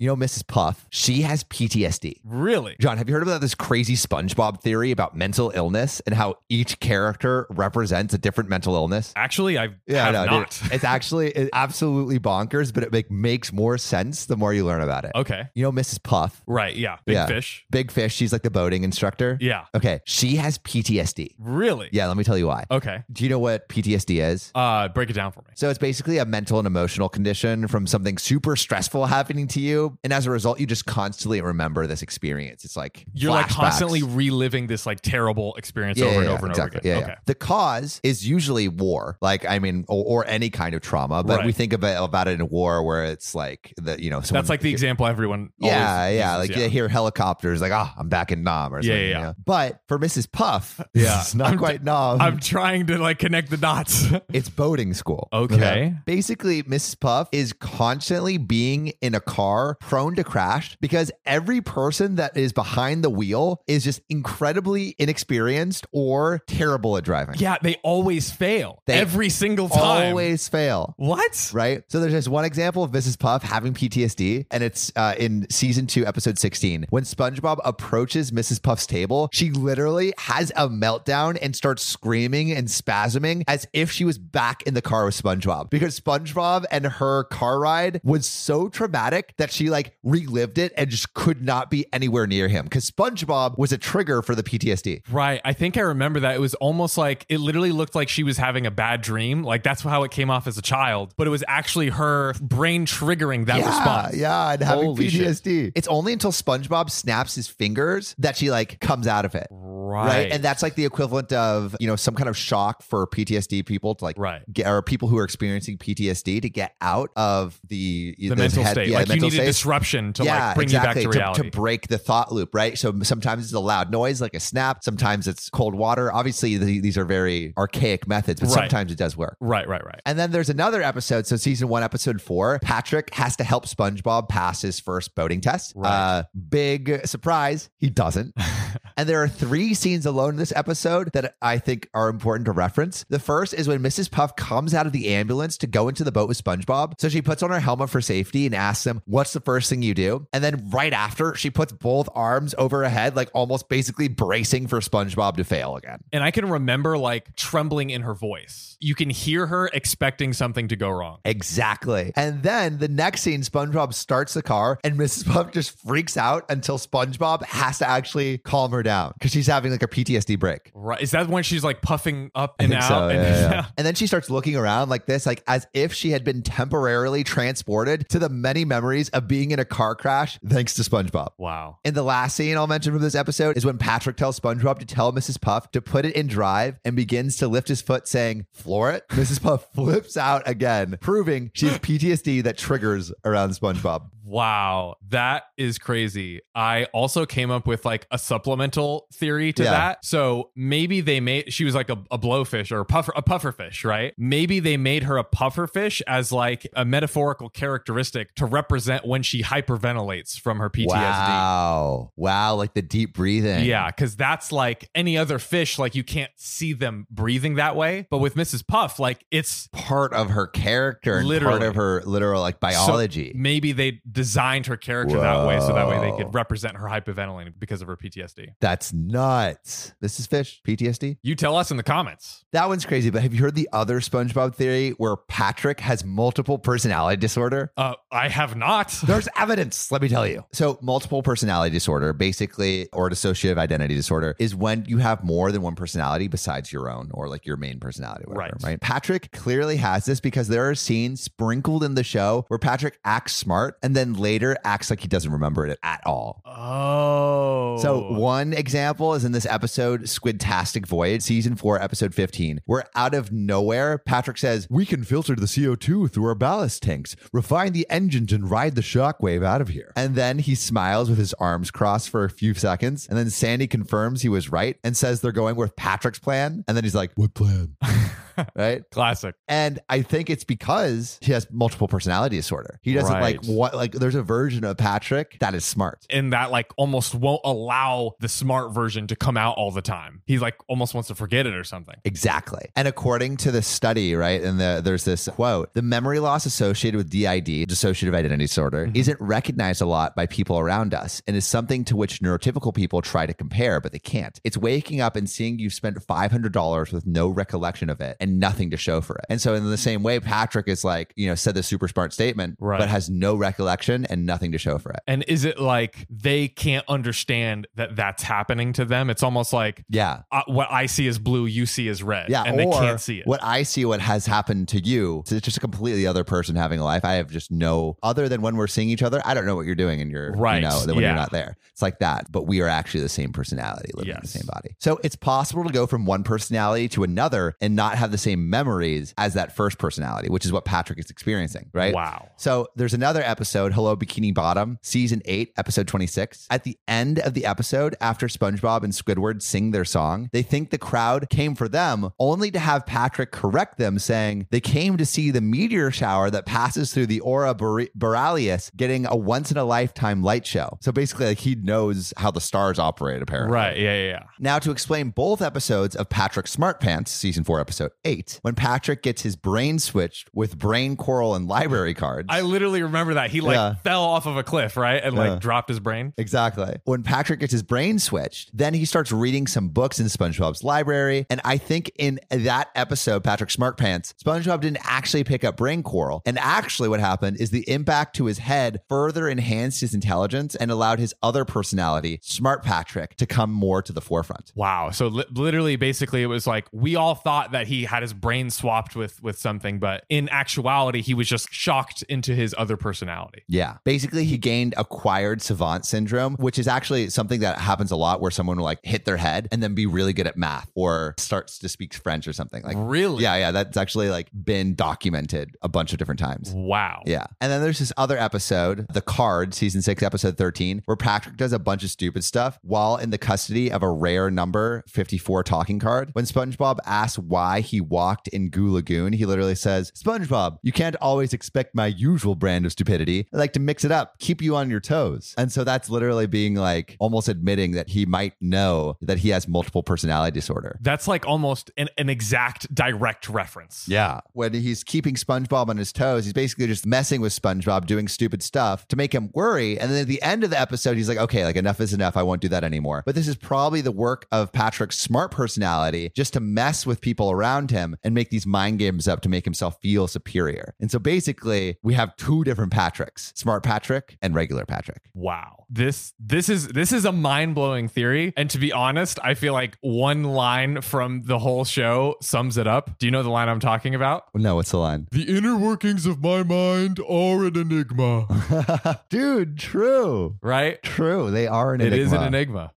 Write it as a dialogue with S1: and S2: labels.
S1: You know, Mrs. Puff, she has PTSD.
S2: Really?
S1: John, have you heard about this crazy SpongeBob theory about mental illness and how each character represents a different mental illness?
S2: Actually, I
S1: I
S2: have
S1: know, dude.
S2: not.
S1: It's actually it's absolutely bonkers, but it make, makes more sense the more you learn about it.
S2: Okay.
S1: You know, Mrs. Puff,
S2: Right. Yeah. Big
S1: Yeah.
S2: fish.
S1: Big Fish, she's like the boating instructor.
S2: Yeah.
S1: Okay. She has PTSD.
S2: Really?
S1: Yeah, let me tell you why.
S2: Okay.
S1: Do you know what PTSD is?
S2: Uh, break it down for me.
S1: So it's basically a mental and emotional condition from something super stressful happening to you. And as a result, you just constantly remember this experience. It's like
S2: You're like
S1: flashbacks.
S2: constantly reliving this like terrible experience
S1: Yeah,
S2: over
S1: yeah,
S2: and
S1: yeah,
S2: over and
S1: exactly.
S2: over again.
S1: Yeah, yeah. The cause is usually war, like I mean, or, or any kind of trauma. But
S2: Right.
S1: we think about about it in war, where it's like the you know, someone,
S2: That's like the example everyone.
S1: Yeah,
S2: always
S1: yeah.
S2: uses,
S1: Like you hear helicopters, like ah, I'm back in Nam or
S2: Yeah,
S1: something.
S2: yeah,
S1: you
S2: yeah.
S1: know? But for Mrs. Puff,
S2: Yeah.
S1: it's not
S2: I'm-
S1: quite Nam.
S2: I'm trying to like connect the dots.
S1: It's boating school.
S2: Okay.
S1: Basically, Mrs. Puff is constantly being in a car prone to crash because every person that is behind the wheel is just incredibly inexperienced or terrible at driving.
S2: yeah, they always fail
S1: They
S2: every single time.
S1: Always fail.
S2: What?
S1: Right? So there's this one example of Mrs. Puff having PTSD, and it's uh, in season two, episode 16. When SpongeBob approaches Mrs. Puff's table, she literally has a meltdown and starts screaming and spasming as if she was back in the car with SpongeBob because SpongeBob and her car ride was so traumatic that she like relived it and just could not be anywhere near him because SpongeBob was a trigger for the PTSD.
S2: Right. I think I remember that. It was almost like it literally looked like she was having a bad dream. Like that's how it came off as a child, but it was actually her brain triggering that
S1: yeah,
S2: response.
S1: Yeah, and having
S2: Holy shit.
S1: PTSD. It's only until SpongeBob snaps his fingers that she like comes out of it.
S2: Right.
S1: Right. And that's like the equivalent of, you know, some kind of shock for PTSD people to like
S2: Right.
S1: get or people who are experiencing PTSD to get out of the
S2: the
S1: those
S2: mental
S1: head-
S2: state.
S1: yeah,
S2: like
S1: the
S2: you
S1: mental
S2: need a
S1: states.
S2: disruption to
S1: yeah,
S2: like bring
S1: exactly.
S2: you back to reality.
S1: To, break the thought loop, right? So sometimes it's a loud noise, like a snap. Sometimes it's cold water. Obviously, the, these are very archaic methods, but
S2: Right.
S1: sometimes it does work.
S2: right, right, right.
S1: And then there's another episode. So season one, episode four, Patrick has to help SpongeBob pass his first boating test.
S2: Right.
S1: Uh, big surprise, he doesn't. and there are three scenes alone in this episode that I think are important to reference. The first is when Mrs. Puff comes out of the ambulance to go into the boat with SpongeBob. So she puts on her helmet for safety and asks him, "What's the first thing you do?" And then right after, she puts both arms over her head, like almost basically bracing for SpongeBob to fail again.
S2: And I can remember like trembling in her voice. You can hear her expecting something to go wrong.
S1: Exactly. And then the next scene, SpongeBob starts the car and Mrs. Puff just freaks out until SpongeBob has to actually calm her down because she's having like a PTSD break.
S2: Right. Is that when she's like puffing up
S1: I
S2: and
S1: think
S2: out?
S1: so,
S2: and
S1: yeah, yeah. And then she starts looking around like this, like as if she had been temporarily transported to the many memories of being in a car crash thanks to SpongeBob.
S2: Wow.
S1: And the last scene I'll mention from this episode is when Patrick tells SpongeBob to tell Mrs. Puff to put it in drive and begins to lift his foot, saying, floor it. Mrs. Puff flips out again, proving she has PTSD that triggers around SpongeBob.
S2: Wow, that is crazy. I also came up with like a supplemental theory to
S1: Yeah.
S2: that. So maybe they made she was like a, a blowfish or a puffer a pufferfish, right? Maybe they made her a pufferfish as like a metaphorical characteristic to represent when she hyperventilates from her PTSD.
S1: Wow. Wow. Like the deep breathing.
S2: Yeah, because that's like any other fish, like you can't see them breathing that way. But with Mrs. Puff, like it's
S1: Part of her character and part
S2: Literally.
S1: of her literal like biology.
S2: So maybe they designed her character that way so that way they
S1: Whoa.
S2: could represent her hyperventilating because of her PTSD.
S1: That's nuts. This is Fish, PTSD.
S2: You tell us in the comments.
S1: That one's crazy, but have you heard the other SpongeBob theory where Patrick has multiple personality disorder?
S2: Uh, I have not.
S1: There's evidence, let me tell you. So, multiple personality disorder, basically, or dissociative identity disorder, is when you have more than one personality besides your own or like your main personality, whatever,
S2: Right.
S1: right? Patrick clearly has this because there are scenes sprinkled in the show where Patrick acts smart and then later acts like he doesn't remember it at all.
S2: Oh.
S1: So one example is in this episode, Squidtastic Voyage, season four, episode 15, where out of nowhere, Patrick says, We can filter the CO2 through our ballast tanks, refine the engines, and ride the shockwave out of here. And then he smiles with his arms crossed for a few seconds. And then Sandy confirms he was right and says they're going with Patrick's plan. And then he's like, What plan? right?
S2: Classic.
S1: And I think it's because he has multiple personality disorder. He doesn't
S2: Right.
S1: like what like there's a version of Patrick that is smart.
S2: And that like almost won't allow the smart version to come out all the time. He like almost wants to forget it or something.
S1: Exactly. And according to the study, right, and the, there's this quote the memory loss associated with DID, dissociative identity disorder, isn't recognized a lot by people around us and is something to which neurotypical people try to compare, but they can't. It's waking up and seeing you've spent $500 with no recollection of it and nothing to show for it. And so, in the same way, Patrick is like, you know, said the super smart statement,
S2: Right.
S1: but has no recollection and nothing to show for it.
S2: And is it like they can't understand that that's happening to them? It's almost like
S1: Yeah.
S2: uh, what I see is blue, you see is red.
S1: Yeah,
S2: and
S1: or
S2: they can't see it.
S1: What I see, what has happened to you, so it's just a completely other person having a life. I have just no other than when we're seeing each other. I don't know what you're doing, and you're
S2: Right,
S1: You know, than when you're
S2: yeah.
S1: not there. It's like that, but we are actually the same personality living in the
S2: Yes.
S1: same body. So it's possible to go from one personality to another and not have the same memories as that first personality, which is what Patrick is experiencing. Right?
S2: Wow.
S1: So there's another episode, Hello Bikini Bottom, season eight, episode 26. At the end of the episode, after SpongeBob and Squidward sing their song, they think the crowd came for them, only to have Patrick correct them, saying they came to see the meteor shower that passes through the aura Bore- borealis, getting a once in a lifetime light show. So basically, like he knows how the stars operate, apparently.
S2: Right. Yeah. Yeah. yeah.
S1: Now, to explain both episodes of Patrick Smart Pants, season four, episode eight, when Patrick gets his brain switched with brain coral and library cards.
S2: I literally remember that. He like
S1: Yeah.
S2: fell off of a cliff, right? And
S1: Yeah.
S2: like dropped his brain.
S1: Exactly. When Patrick gets his brain switched, then he starts reading some books in SpongeBob's library. And I think in that episode, Patrick Smart Pants, SpongeBob didn't actually pick up brain coral. And actually, what happened is the impact to his head further enhanced his intelligence and allowed his other personality, Smart Patrick, to come more to the forefront.
S2: Wow. So li- literally, basically, it was like we all thought that he had his brain swapped with with something, but in actuality, he was just shocked into his other personality.
S1: Yeah. Basically, he gained acquired savant syndrome, which is actually something that happens a lot where someone will like hit their head and then be really good at math or starts to speak French or something. Like,
S2: Really?
S1: Yeah, yeah, that's actually like been documented a bunch of different times.
S2: Wow.
S1: Yeah. And then there's this other episode, The Card, season six, episode 13, where Patrick does a bunch of stupid stuff while in the custody of a rare number 54 talking card. When SpongeBob asks why he walked in Goo Lagoon, he literally says, SpongeBob, you can't always expect my usual brand of stupidity. I like to mix it up, keep you on your toes. And so that's literally being like almost admitting that he might know that he has multiple personality disorder.
S2: That's like almost an, an exact direct reference.
S1: Yeah. When he's keeping SpongeBob on his toes, he's basically just messing with SpongeBob, doing stupid stuff to make him worry. And then at the end of the episode, he's like, okay, like enough is enough. I won't do that anymore. But this is probably the work of Patrick's smart personality just to mess with people around him and make these mind games up to make himself feel superior. And so basically, we have two different Patricks smart Patrick and regular Patrick.
S2: Wow. This this is this is a mind-blowing theory. And to be honest, I feel like one line from the whole show sums it up. Do you know the line I'm talking about?
S1: No, what's the line?
S2: The inner workings of my mind are an enigma.
S1: Dude, true.
S2: Right?
S1: True. They are an
S2: It
S1: enigma.
S2: is an enigma.